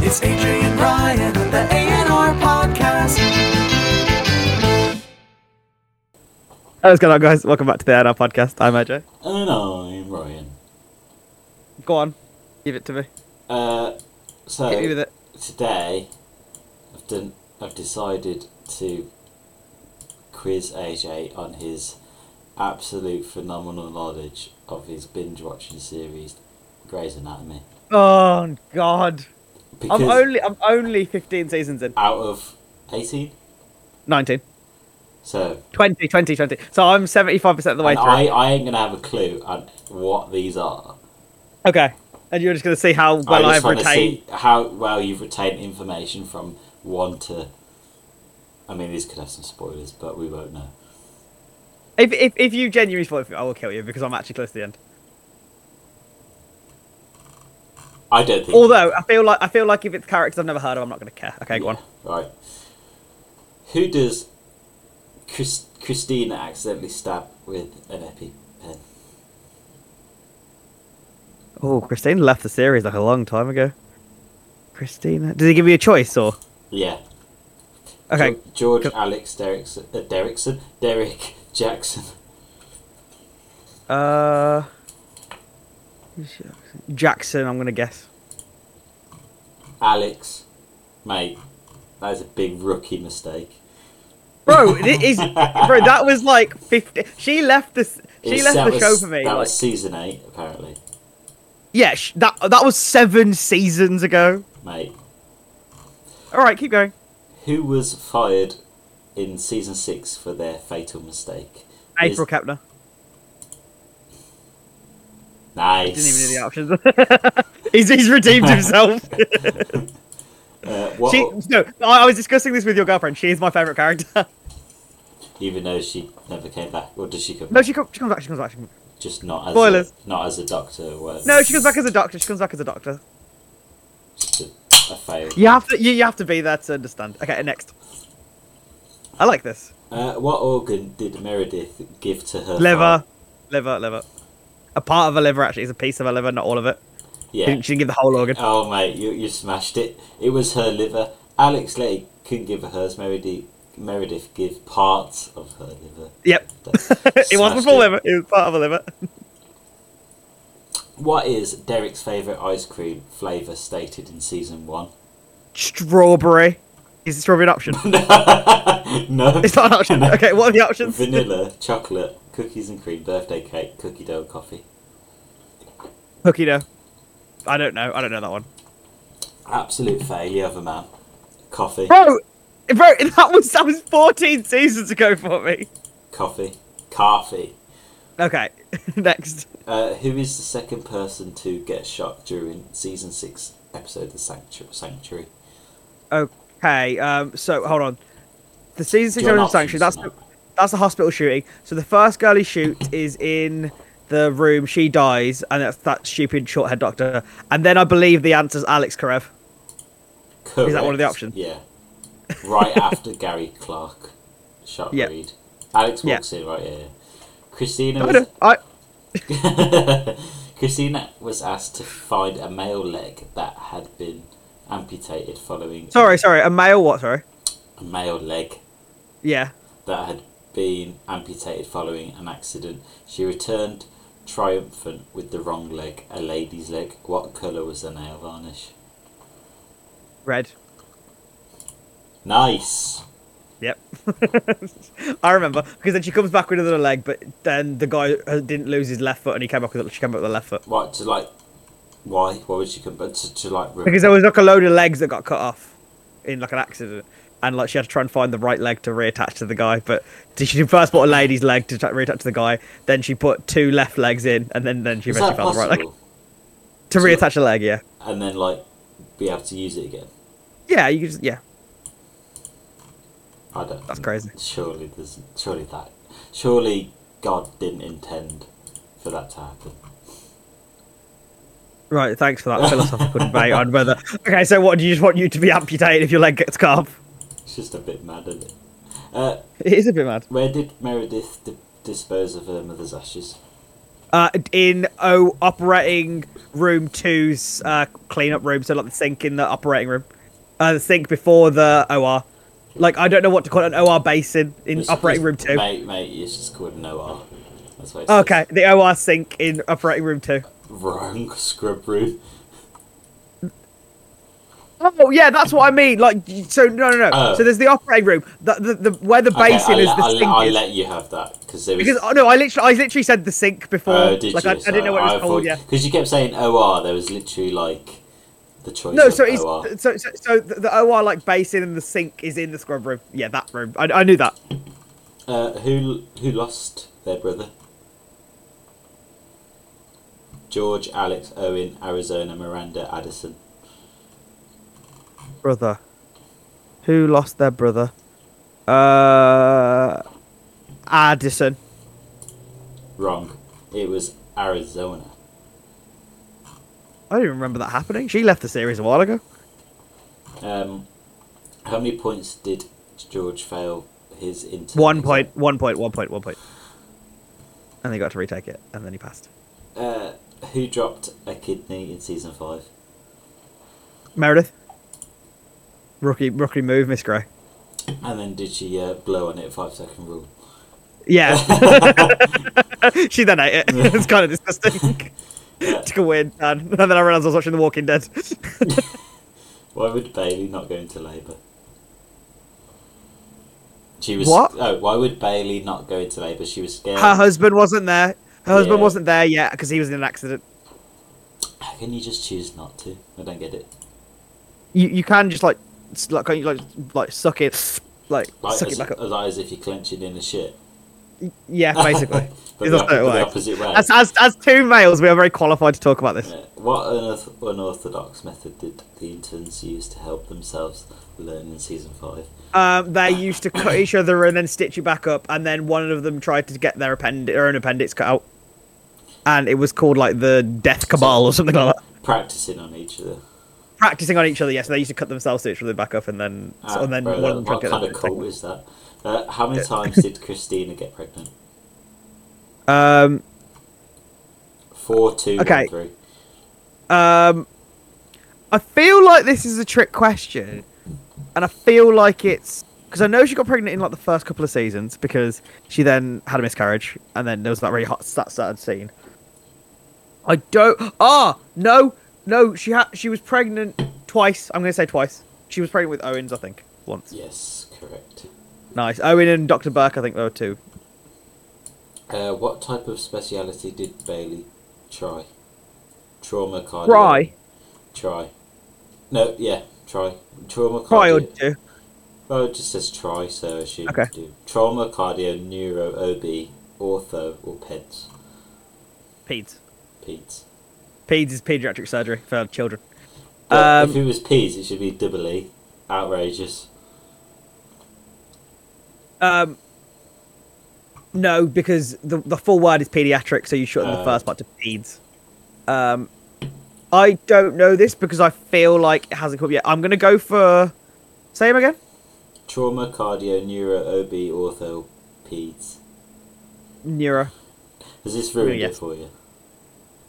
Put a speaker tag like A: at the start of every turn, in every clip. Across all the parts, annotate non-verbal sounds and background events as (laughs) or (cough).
A: It's AJ and Ryan on the A&R Podcast.
B: What's going on, guys? Welcome back to the NR podcast. I'm AJ.
C: And I'm Ryan.
B: Go on, give it to me.
C: Uh, so
B: Hit me with it.
C: today, I've done. I've decided to quiz AJ on his absolute phenomenal knowledge of his binge watching series, Grey's Anatomy.
B: Oh God!
C: Because
B: I'm only I'm only 15 seasons in.
C: out of eighteen,
B: 19,
C: so
B: 20, 20, 20. So I'm 75 percent of the way
C: and
B: through.
C: I I ain't gonna have a clue on what these are.
B: Okay, and you're just gonna see how well
C: I
B: I've
C: just want to
B: retained.
C: see how well you've retained information from one to. I mean, these could have some spoilers, but we won't know.
B: If, if if you genuinely spoil it, I will kill you because I'm actually close to the end.
C: I don't think.
B: Although I feel like I feel like if it's characters I've never heard of, I'm not gonna care. Okay, go on.
C: Right. Who does Chris- Christina accidentally stab with an EpiPen?
B: Oh, Christine left the series like a long time ago. Christina, did he give you a choice or?
C: Yeah.
B: Okay,
C: Ge- George
B: Go-
C: Alex Derrickson, uh, Derrickson, Derek Jackson.
B: Uh, who's Jackson? Jackson, I'm gonna guess.
C: Alex, mate, that is a big rookie mistake.
B: Bro, it is, bro, that was like 50. She left this. She
C: It's-
B: left
C: that
B: the
C: was-
B: show for me.
C: That
B: like-
C: was season eight, apparently,
B: yeah, sh- that that was seven seasons ago.
C: mate.
B: All right, keep going.
C: Who was fired in season six for their fatal mistake? Is-
B: April Kepner.
C: Nice.
B: Didn't even know the options. (laughs) he's he's
C: (laughs)
B: redeemed himself. (laughs)
C: Uh, what,
B: she no. I, I was discussing this with your girlfriend. She is my favorite character. (laughs)
C: even though she never came back, or does she come?
B: no, she, com- she comes back. She comes back. She comes back.
C: Just not as
B: Spoilers.
C: A, not as a doctor. or whatever.
B: No, she comes back as a doctor. She comes back as a doctor.
C: Just a, a fail.
B: You have to you, you have to be there to understand. Okay, next. I like this.
C: Uh, what organ did Meredith give to her?
B: Liver,
C: father?
B: liver, liver. A part of a liver actually is a piece of a liver, not all of it. She
C: Yeah.
B: didn't, she didn't give the whole organ.
C: Oh mate, you you smashed it. It was her liver. Alex Lay couldn't give her hers. Meredith Meredith give parts of her liver.
B: Yep,
C: That's-
B: (laughs) it
C: smashed
B: wasn't full liver. It was part of a liver.
C: What is Derek's favorite ice cream flavor stated in season one? (laughs)
B: Strawberry. Is it strawberry an option?
C: no.
B: it's not an option. Okay, what are the options?
C: (laughs) Vanilla, chocolate, cookies and cream, birthday cake, cookie dough, coffee.
B: Cookie dough. I don't know. I don't know that one.
C: Absolute failure of a man. Coffee.
B: Bro, bro, (laughs) that was that was 14 seasons ago for me.
C: Coffee. Coffee.
B: Okay, (laughs) next.
C: Uh, who is the second person to get shot during season six episode The Sanctu- Sanctuary?
B: Okay, um, so hold on. The season six
C: You're
B: episode
C: not
B: of Sanctuary. That's
C: choosing
B: the, that's the hospital shooting. So the first girl he shoots is in the room. She dies, and that's that stupid short haired doctor. And then I believe the answer's Alex Karev.
C: Correct.
B: that one of the options?
C: Yeah. Right after Gary Clark
B: (laughs)
C: shot
B: Yeah.
C: Reed. Alex
B: Yeah. Oh,
C: walks in right here. Christina
B: I, don't-
C: was,
B: I
C: (laughs) Christina was asked to find a male leg that had been amputated following
B: sorry, sorry. A male what? Sorry.
C: a male leg
B: Yeah.
C: that had been amputated following an accident. She returned triumphant with the wrong leg, a lady's leg. What colour was the nail varnish?
B: Red.
C: Nice.
B: Yep. (laughs) I remember because then she comes back with another leg, but then the guy uh, didn't lose his left foot and he came back with she came back with the left foot
C: What to like? Why? Why would she come? But to, to like re-
B: because there was like a load of legs that got cut off in like an accident, and like she had to try and find the right leg to reattach to the guy. But she first put a lady's leg to try, reattach to the guy, then she put two left legs in, and then then she
C: is
B: eventually
C: that
B: found the
C: possible?
B: right leg to
C: So-
B: reattach a leg. Yeah,
C: And then like be able to use it again.
B: yeah, you could just yeah,
C: I don't.
B: that's crazy.
C: Surely there's surely that. Surely God didn't intend for that to happen.
B: Right, thanks for that philosophical
C: (laughs)
B: debate on whether. Okay, so what do you just want you to be amputated if your leg gets cut off?
C: It's just a bit mad, isn't it? Uh,
B: It is a bit mad.
C: where did Meredith d- dispose of her mother's ashes?
B: uh, in oh, operating room two's uh, cleanup room, so like the sink in the operating room, uh, the sink before the OR. Like I don't know what to call it, an OR basin in
C: It's-
B: operating
C: it's-
B: room two.
C: Mate, mate, it's just called an OR. That's what it says.
B: Okay, the OR sink in operating room two.
C: Wrong (laughs) scrub room.
B: Oh yeah, that's what I mean. Like so, no, no, no.
C: Oh.
B: so there's the operating room, the the, the where the
C: Okay,
B: basin
C: I'll,
B: is
C: let-
B: the
C: I'll,
B: sink
C: I'll
B: is.
C: let you have that because there was.
B: Because oh, no, I literally I literally said the sink before.
C: Oh, did
B: like
C: you?
B: I, I didn't know what it was called. Yeah.
C: Because you kept saying OR, there was literally like the choice.
B: No,
C: of
B: so it's
C: OR.
B: so so, so the, the OR like basin and the sink is in the scrub room. Yeah, that room. I, I knew that.
C: Uh, who who lost their brother? George, Alex, Owen, Arizona, Miranda, Addison.
B: Brother, who lost their brother? Uh, Addison.
C: Wrong. It was Arizona.
B: I don't even remember that happening. She left the series a while ago.
C: Um, how many points did George fail his intern?
B: One
C: exam?
B: point, one point, one point, one point. And they got to retake it, and then he passed.
C: Uh, who dropped a kidney in season five?
B: Meredith. Rookie, rookie move, Miss Gray.
C: And then did she uh, blow on it five second rule?
B: Yeah. (laughs) she then ate it. (laughs) it's kind of disgusting. (laughs)
C: Uh,
B: Took a weird turn. And then I realised I was watching The Walking Dead.
C: Why would Bailey not go into labour? She was
B: What?
C: Oh, why would Bailey not go into labour? She was scared.
B: Her husband wasn't there. Her husband
C: Yeah.
B: wasn't there yet because he was in an accident.
C: How can you just choose not to? I don't get it.
B: You you can just like s- like can't you like like suck it like,
C: Like,
B: suck
C: as,
B: it back up.
C: like as if you're clenching in a shit. (laughs)
B: Yeah, (laughs) basically.
C: but
B: Is
C: the,
B: that
C: op-
B: how it
C: but the
B: works?
C: opposite way.
B: as, as as two males, we are very qualified to talk about this.
C: Yeah. What unorth- unorthodox method did the interns use to help themselves learn in season five?
B: Um, they used to cut each other and then stitch you back up, and then one of them tried to get their append- her own appendix cut out, and it was called like the death cabal or something like that.
C: Practicing on each other.
B: Practicing on each other, yes. they used to cut themselves to each other back up, and then so-
C: Ah,
B: and then
C: bro,
B: one of them tried
C: what
B: to get
C: kind
B: their
C: of cool
B: appendix.
C: is that? Uh, how many times
B: (laughs)
C: did Christina get pregnant?
B: Um,
C: Four, two, one,
B: Okay.
C: three.
B: um, I feel like this is a trick question, and I feel like it's because I know she got pregnant in like the first couple of seasons because she then had a miscarriage, and then there was that really hot that sad scene. I don't. Ah, no, no. She had. She was pregnant twice. I'm gonna say twice. She was pregnant with Owens, I think, once.
C: Yes, correct.
B: Nice. Owen and Doctor Burke, I think, there were two.
C: Uh, what type of speciality did Bailey try? Trauma cardio.
B: Cry,
C: Try. No, yeah, try. Trauma cardio.
B: cry or do.
C: Well, it just says try, so I should
B: Okay.
C: do. Trauma, cardio, neuro, OB, ortho, or peds.
B: Peds.
C: Peds.
B: Peds is pediatric surgery for children.
C: Well,
B: Um,
C: if it was peds, it should be double E. Outrageous.
B: Um, no, because the the full word is pediatric, so you shorten the
C: Uh.
B: first part to peds. Um, I don't know this because I feel like it hasn't come up yet. I'm gonna go for say him again.
C: Trauma, cardio, neuro, OB, ortho, peds.
B: Neuro.
C: Has this ruined
B: yes.
C: it for you?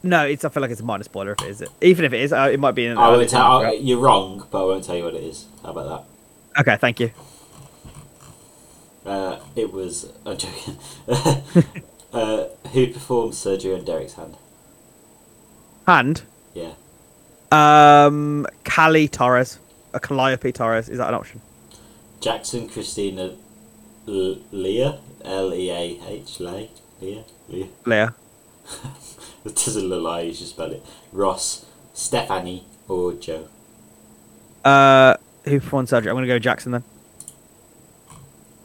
B: No, it's. I feel like it's a minor spoiler if it is. It. Even if it is, uh, it might be in.
C: I
B: uh,
C: won't tell. I- You're wrong, but I won't tell you what it is. How about
B: okay, thank you.
C: that? Uh, it was. (laughs) I'm joking. uh, who performed surgery on Derek's hand?
B: And
C: Yeah.
B: um, Cali Torres, a Calliope Torres. Is that an option?
C: Jackson Christina L- Leah L E A H Leah Leah Leah. (laughs)
B: Leah.
C: It doesn't look like you should spell it. Ross, Stephanie, or Joe.
B: Uh, who performed surgery? I'm gonna go Jackson then.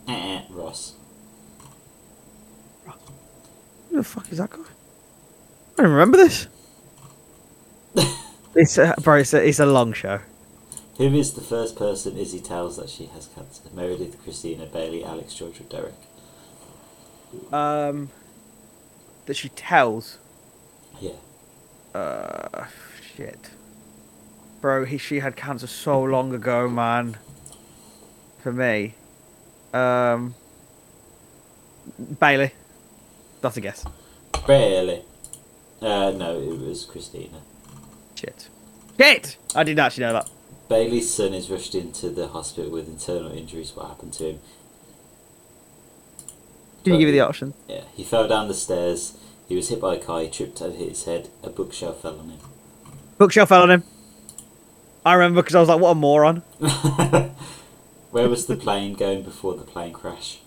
C: Eh, eh, Ross. (laughs)
B: Who the fuck is that guy? I don't remember this. it's a, bro, it's a, it's a long show.
C: Who is the first person Izzy tells that she has cancer? Meredith, Christina, Bailey, Alex, George, or Derek?
B: Um, that she tells.
C: Yeah.
B: Uh, shit, bro, he she had cancer so long ago, man. For me, um, Bailey. That's a guess.
C: Bailey. Uh, no, it was Christina.
B: Shit. Shit! I didn't actually know that.
C: Bailey's son is rushed into the hospital with internal injuries. What happened to him?
B: Did you
C: But-
B: give you the option?
C: Yeah, he fell down the stairs. He was hit by a car. He tripped and hit his head. A bookshelf fell on him.
B: Bookshelf fell on him. I remember because I was like, what a moron.
C: (laughs) Where was the plane going before the plane crash?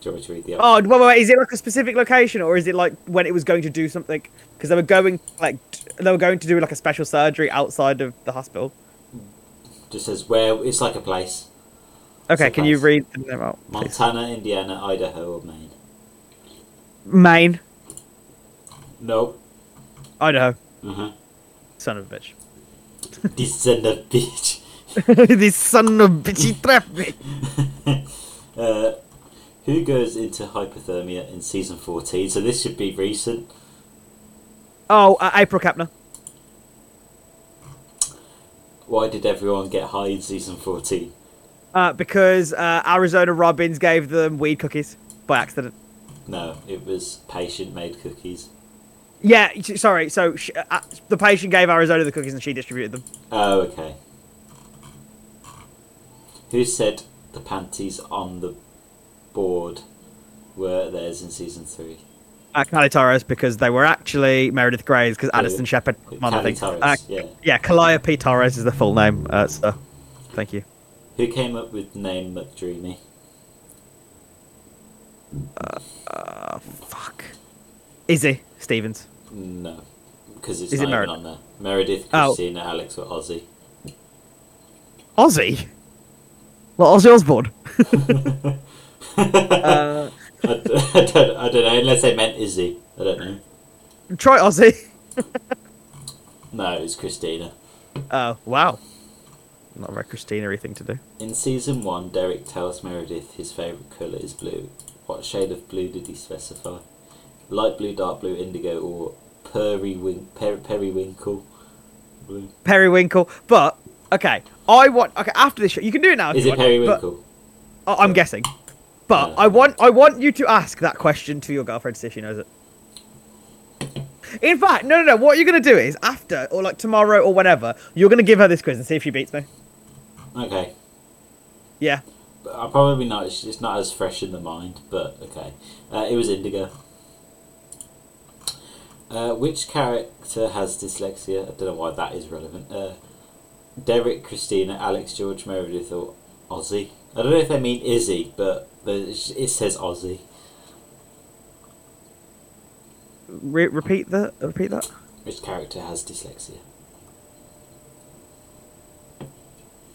C: Do you want me to read the
B: Oh, wait, wait, wait. Is it like a specific location or is it like when it was going to do something? Because they were going like t- they were going to do like a special surgery outside of the hospital.
C: Just says where it's like a place.
B: Okay, can you
C: Surprise.
B: read them out? please?
C: Montana, Indiana, Idaho, or Maine.
B: Maine,
C: No.
B: Idaho.
C: Uh-huh.
B: Son of a bitch.
C: Descender beach.
B: (laughs) this son of a bitch, he trapped me.
C: (laughs) Uh, who goes into hypothermia in season 14? So this should be recent.
B: Oh, uh, April Kapner.
C: Why did everyone get high in season 14?
B: Uh, because uh, Arizona Robbins gave them weed cookies by accident.
C: No, it was patient made cookies.
B: Yeah, s- sorry. So sh uh, the patient gave Arizona the cookies and she distributed them.
C: Oh, okay. Who said the panties on the board were theirs in season 3?
B: Uh, Kylie Torres because they were actually Meredith Gray's because Addison Shepherd.
C: Kylie
B: thing.
C: Torres,
B: Uh,
C: yeah.
B: yeah, Kalia P. Torres is the full name. Uh, so, thank you.
C: Who came up with the name McDreamy?
B: Uh, fuck. Izzy Stevens.
C: No, because it's
B: Is it
C: not even
B: Meredith?
C: on there. Meredith,
B: Oh.
C: Christina, Alex,
B: (laughs)
C: or Ozzy. (laughs)
B: Ozzy? Well, Ozzy Osbourne. (laughs) Uh,
C: I, d- I don't, I don't know, unless they meant Izzy. I don't know.
B: try Ozzy.
C: No, it was Christina.
B: Oh, wow. Not a very Christina thing to do.
C: In season one, Derek tells Meredith his favourite colour is blue. What shade of blue did he specify? Light blue, dark blue, indigo, or periwin- per- periwinkle blue?
B: Periwinkle. But, okay. I want. Okay, after this show, you can do it now. if
C: Is
B: you
C: it
B: want,
C: periwinkle?
B: But, I- I'm guessing. But
C: Yeah.
B: I want I want you to ask that question to your girlfriend to see if she knows it. In fact, no, no, no. What you're gonna do is after or like tomorrow or whenever, you're gonna give her this quiz and see if she beats me.
C: Okay.
B: Yeah.
C: But I probably not. It's it's not as fresh in the mind, but okay. Uh, it was indigo. Uh, which character has dyslexia? I don't know why that is relevant. Uh, Derek, Christina, Alex, George, Meredith, or Ozzy? I don't know if they mean Izzy, but the- it says Ozzy.
B: Re- repeat that. Repeat that.
C: Which character has dyslexia?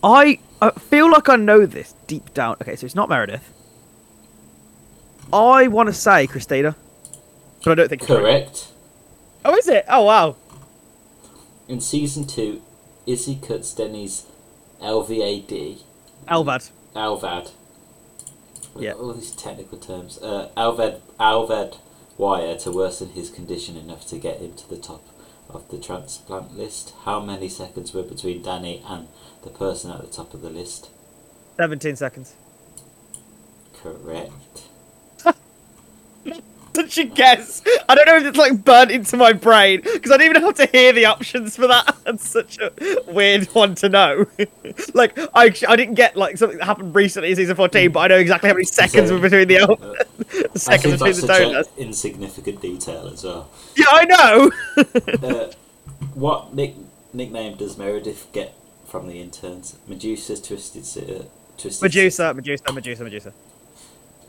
B: I uh, feel like I know this deep down. Okay, so it's not Meredith. I want to say Christina, but I don't think it's right.
C: Correct.
B: Oh, is it? Oh wow.
C: In season two, Izzy cuts Denny's LVAD.
B: Elvad.
C: Alvad. We've
B: Yeah.
C: got All these technical terms. Uh, Alvad, Alvad Wire to worsen his condition enough to get him to the top of the transplant list. How many seconds were between Danny and the person at the top of the list?
B: Seventeen seconds.
C: Correct.
B: Such a guess. I don't know if it's like burnt into my brain because I don't even have to hear the options for that. (laughs) That's such a weird one to know. (laughs) like I, I didn't get like something that happened recently in season fourteen, but I know exactly how many seconds were between the (laughs)
C: Uh, that
B: seconds between
C: seems like
B: the
C: such a
B: donuts.
C: insignificant detail as well.
B: Yeah, I know. (laughs)
C: Uh, what nick- nickname does Meredith get from the interns? Medusa's Twisted Sister. Twisted
B: Medusa, Medusa, Medusa, Medusa.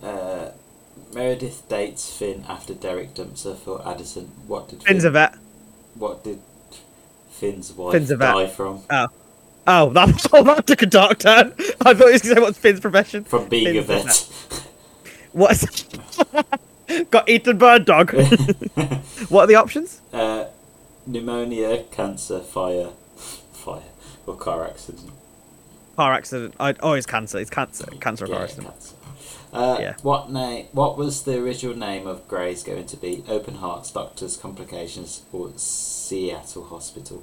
C: Uh, Meredith dates Finn after Derek dumps her for Addison. What did
B: Finn's a
C: Finn,
B: vet.
C: what did Finn's wife
B: Finn's a vet.
C: die from?
B: Oh, oh, that was oh, that took a dark turn. (laughs) I thought it was going to say what's Finn's profession.
C: From being
B: Finn's
C: a
B: vet.
C: vet.
B: What's (laughs) got eaten by a dog? (laughs) what are the options?
C: (laughs) uh, pneumonia, cancer, fire, fire, or car accident.
B: Car accident. I, oh, it's cancer. It's cancer. Cancer or
C: Yeah,
B: car accident.
C: cancer. Uh,
B: Yeah.
C: What name? What was the original name of Gray's going to be? Open hearts, doctors, complications, or Seattle Hospital?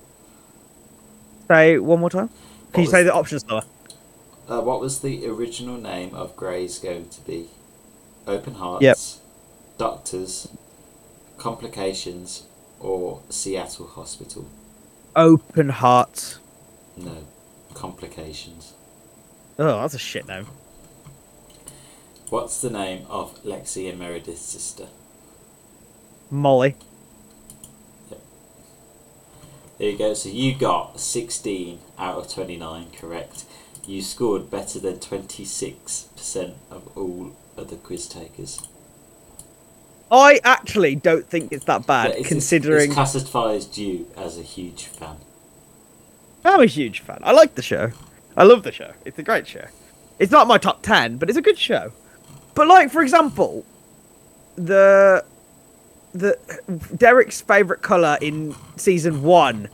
B: Say one more time. Can you
C: was-
B: say the options slower?
C: Uh, what was the original name of Grey's going to be? Open Hearts, Doctors, Complications, or Seattle Hospital?
B: Open Hearts.
C: No. Complications.
B: Oh, that's a shit name.
C: What's the name of Lexi and Meredith's sister?
B: Molly.
C: There you go. So you got 16 out of 29 correct. You scored better than 26% of all other quiz takers.
B: I actually don't think it's that bad,
C: Yeah, it's-
B: considering
C: It's classified as you as a huge fan.
B: I'm a huge fan. I like the show. I love the show. It's a great show. It's not my top ten, but it's a good show. But like, for example, the the Derek's favorite color in season one.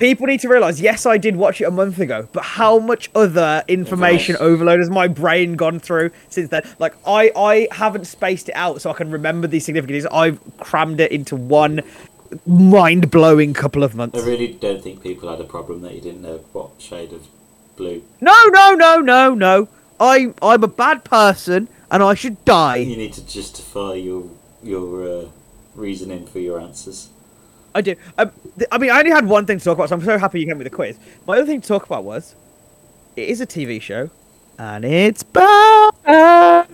B: People need to realize. Yes, I did watch it a month ago, but how much other information
C: Information.
B: overload has my brain gone through since then? Like, I I haven't spaced it out so I can remember these significances. I've crammed it into one mind blowing couple of months.
C: I really don't think people had a problem that you didn't know what shade of blue.
B: No, no, no, no, no. I I'm a bad person and I should die.
C: You need to justify your your uh, reasoning for your answers.
B: I do. Um, th- I mean, I only had one thing to talk about, so I'm so happy you gave me the quiz. My other thing to talk about was it is a TV show, and it's back, and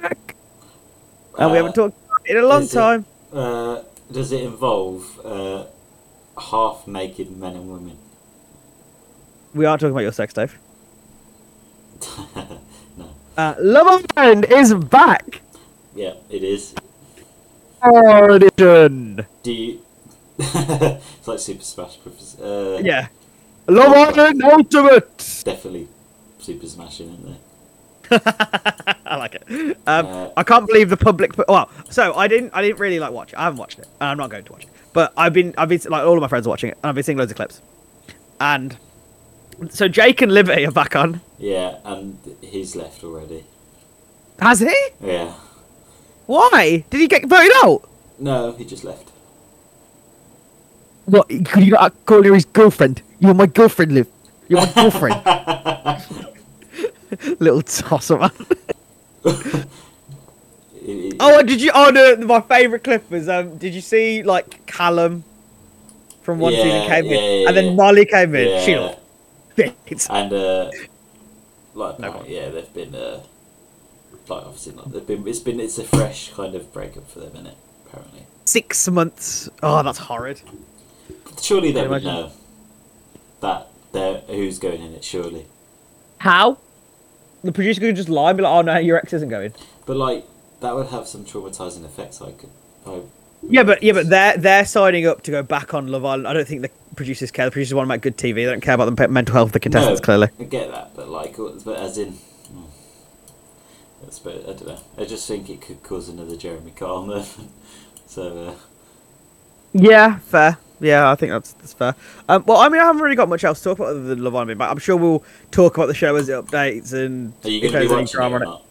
B: we
C: Uh,
B: haven't talked about it in a long
C: is it-
B: time.
C: Uh, does it involve uh, half naked men and women? (laughs)
B: We aren't talking about your sex, Dave.
C: no.
B: Uh, Love Island is back.
C: Yeah, it is.
B: Edition.
C: Do you? (laughs) it's like Super Smash Bros. Uh,
B: Yeah. Love Island Ultimate.
C: definitely Super Smash, isn't there?
B: (laughs) I like it. Um,
C: Uh,
B: I can't believe the public. Put, well, so I didn't. I didn't really like watch. it. I haven't watched it. and I'm not going to watch it. But I've been. I've been like all of my friends are watching it, and I've been seeing loads of clips. And so Jake and Liberty are back on.
C: Yeah, and he's left already.
B: Has he?
C: Yeah.
B: Why did he get voted out?
C: No, he just left.
B: What? Could you not call her his girlfriend? You're my girlfriend, Liv. You're (laughs) my girlfriend. Little tosser man.
C: It- it-
B: Oh, and did you? Oh no, my favourite clip was um. Did you see like Callum from one season
C: Yeah,
B: came
C: yeah,
B: in,
C: yeah,
B: and
C: yeah.
B: then Molly came in. She
C: Yeah.
B: looked fit.
C: and uh, like
B: No
C: like,
B: one.
C: yeah, they've been uh, like obviously not. They've been it's been it's a fresh kind of breakup for them, isn't it? Apparently,
B: six months. Oh, that's horrid.
C: surely they
B: Can you
C: would
B: imagine?
C: know that they're who's going in it. Surely,
B: How? The producer could just lie and be like, "Oh no, your ex isn't going."
C: but like that would have some traumatizing effects. I could. I,
B: Yeah, but yeah, but they're they're signing up to go back on Love Island. I don't think the producers care. The producers want to make good TV. They don't care about the pe- mental health of the contestants.
C: No,
B: Clearly,
C: I get that, but like, uh, but as in. mm, I suppose- I don't know. I just think it could cause another Jeremy Kyle moment. (laughs) so, uh,
B: yeah, fair. Yeah, I think that's that's fair. Um, well, I mean, I haven't really got much else to talk about other than Love Island, but I'm sure we'll talk about the show as it updates and
C: are
B: if
C: you going to be
B: there's any
C: watching it
B: drama
C: or
B: on it.
C: not?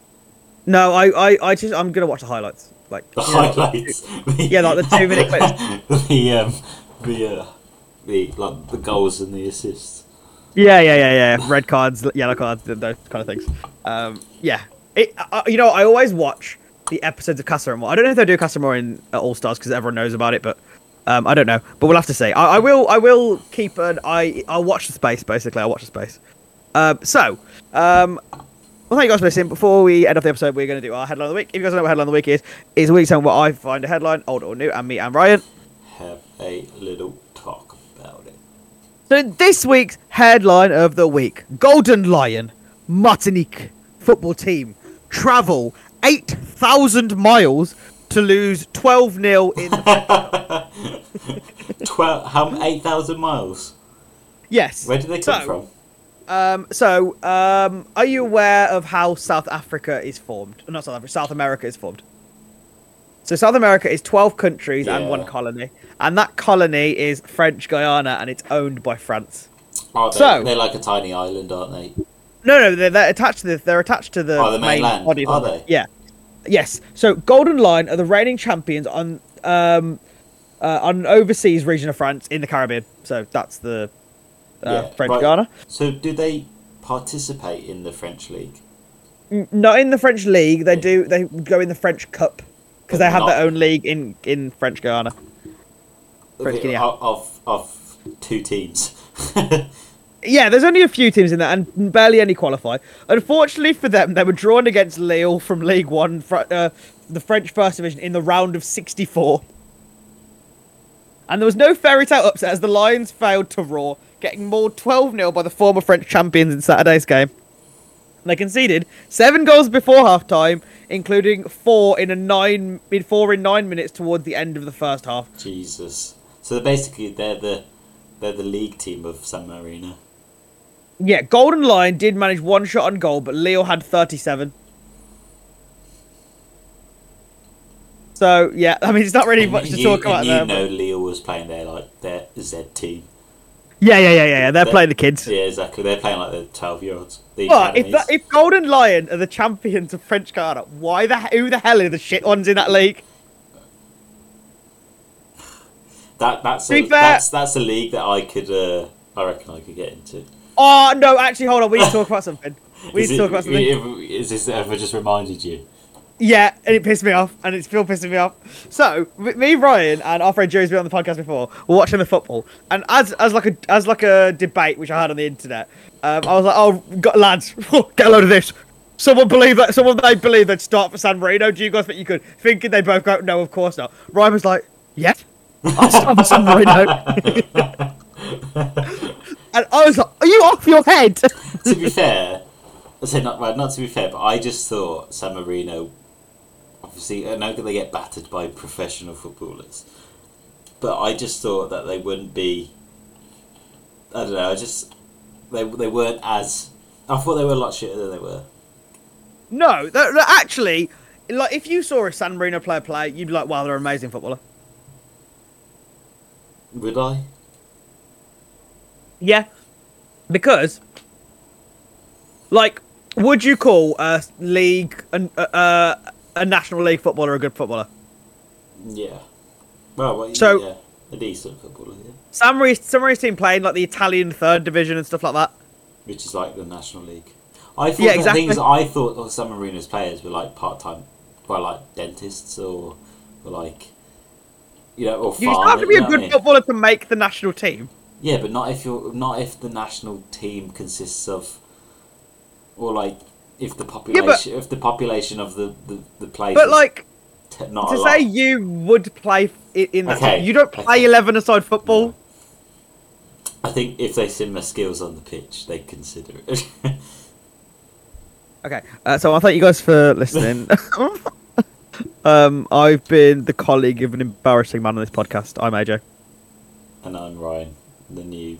B: No, I, I, I just I'm gonna watch the highlights. Like
C: The
B: you know,
C: highlights.
B: Yeah, like the two-minute
C: clips. (laughs) the um, the uh, the like the goals and the assists.
B: Yeah, yeah, yeah, yeah. Red cards, yellow cards, th- those kind of things. Um, yeah. It, uh, you know, I always watch the episodes of Casa Amor. I don't know if they do Casa Amor in uh, All Stars because everyone knows about it, but um, I don't know. But we'll have to see. I, I will. I will keep an eye. I'll watch the space. Basically, I'll watch the space. Um, so, um, well, thank you guys for listening. Before we end off the episode, we're going to do our headline of the week. If you guys don't know what headline of the week is, it's a week time where I find a headline, old or new, and me and Ryan.
C: Have a little talk about it.
B: So this week's headline of the week: Golden Lion, Martinique football team travel eight thousand miles to lose twelve 0
C: (laughs)
B: in.
C: Twelve, how eight thousand miles?
B: yes.
C: Where did they come
B: so,
C: from?
B: Um, so, um, are you aware of how South Africa is formed? Not South Africa. South America is formed. So South America is twelve countries and one
C: Yeah.
B: colony, and that colony is French Guyana, and it's owned by France.
C: Oh, they,
B: so-
C: they're like a tiny island, aren't they?
B: No, no, they're, they're attached to the. They're attached to the,
C: Oh, the
B: main
C: mainland,
B: body. of
C: are
B: the-
C: they?
B: Yeah. Yes. So Golden Lion are the reigning champions on um uh, on an overseas region of France in the Caribbean. So that's the uh,
C: Yeah,
B: French
C: right.
B: Guiana.
C: So, do they participate in the French league?
B: N- Not in the French league. They do. They go in the French Cup because
C: But
B: they have
C: not-
B: their own league in in French Guyana. French
C: Okay,
B: Guinea.
C: of, of of two teams. (laughs)
B: Yeah, there's only a few teams in there, and barely any qualify. Unfortunately for them, they were drawn against Lille from League One, fr- uh, the French First Division, in the round of 64. And there was no fairy tale upset as the Lions failed to roar, getting mauled 12 0 by the former French champions in Saturday's game. They conceded seven goals before half time, including four in a nine in four in nine minutes towards the end of the first half.
C: Jesus. So they're basically they're the they're the league team of San Marino.
B: Yeah, Golden Lion did manage one shot on goal, but Leo had 37. So, yeah, (laughs) I mean, it's not really
C: And
B: much to
C: you-
B: talk about
C: and you
B: there. but-
C: know Lille was playing their like their Z team.
B: Yeah, yeah, yeah, yeah, yeah. They're
C: That-
B: playing the kids.
C: Yeah, exactly. They're playing like the twelve year olds. The
B: But if,
C: academies.
B: that, if Golden Lion are the champions of French Ghana, why the who the hell are the shit ones in that league?
C: that that's
B: be
C: a,
B: fair-
C: that's that's a league that I could uh, I reckon I could get into.
B: Oh no, actually, hold on. We need to talk about something. We
C: Is
B: need to
C: it-
B: talk about something.
C: Is this ever just reminded you?
B: Yeah, and it pissed me off, and it's still pissing me off. So m- me, Ryan, and our friend Joe's been on the podcast before. We're watching the football, and as as like a as like a debate which I had on the internet, um, I was like, "Oh, got, lads, (laughs) oh, get a load of this." Someone believe that someone they believe they'd start for San Marino. Do you guys think you could? Thinking they both go, "No, of course not." Ryan was like, "Yes, I'll start for San Marino." (laughs) and I was like, "Are you off your head?" (laughs)
C: to be fair, I said not well, not to be fair, but I just thought San Marino. Obviously, I know that they get battered by professional footballers, but I just thought that they wouldn't be. I don't know. I just they they weren't as. I thought they were a lot shitter than they were.
B: No, th- th- actually, like if you saw a San Marino player play, you'd be like, "Wow, they're an amazing footballer."
C: Would I?
B: Yeah, because, like, would you call a league an, uh, uh, a national league footballer a good footballer?
C: Yeah. Well, well
B: So-
C: yeah, a decent footballer, yeah.
B: San Marino's, San Marino's team playing like the Italian third division and stuff like that.
C: which is like the national league. I thought
B: Yeah,
C: the
B: exactly.
C: things I thought of San Marino's players were like part time, well, like dentists or were like, you know, or
B: You just
C: farmers,
B: have to be
C: you
B: a
C: know what I
B: good
C: mean?
B: footballer to make the national team.
C: Yeah, but not if you're not if the national team consists of, or like if the population if the population of the the, the place.
B: But
C: is
B: like
C: te- not
B: to
C: a
B: say
C: lot.
B: you would play f- i- in that
C: Okay,
B: team, you don't
C: okay.
B: play eleven-a-side football.
C: I think if they see my skills on the pitch, they consider it. (laughs)
B: Okay, uh, so I thank you guys for listening. um, I've been the colleague of an embarrassing man on this podcast. I'm AJ.
C: and I'm Ryan, the new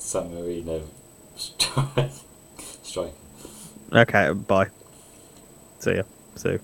C: San Marino striker.
B: Okay, bye. See ya. See. You.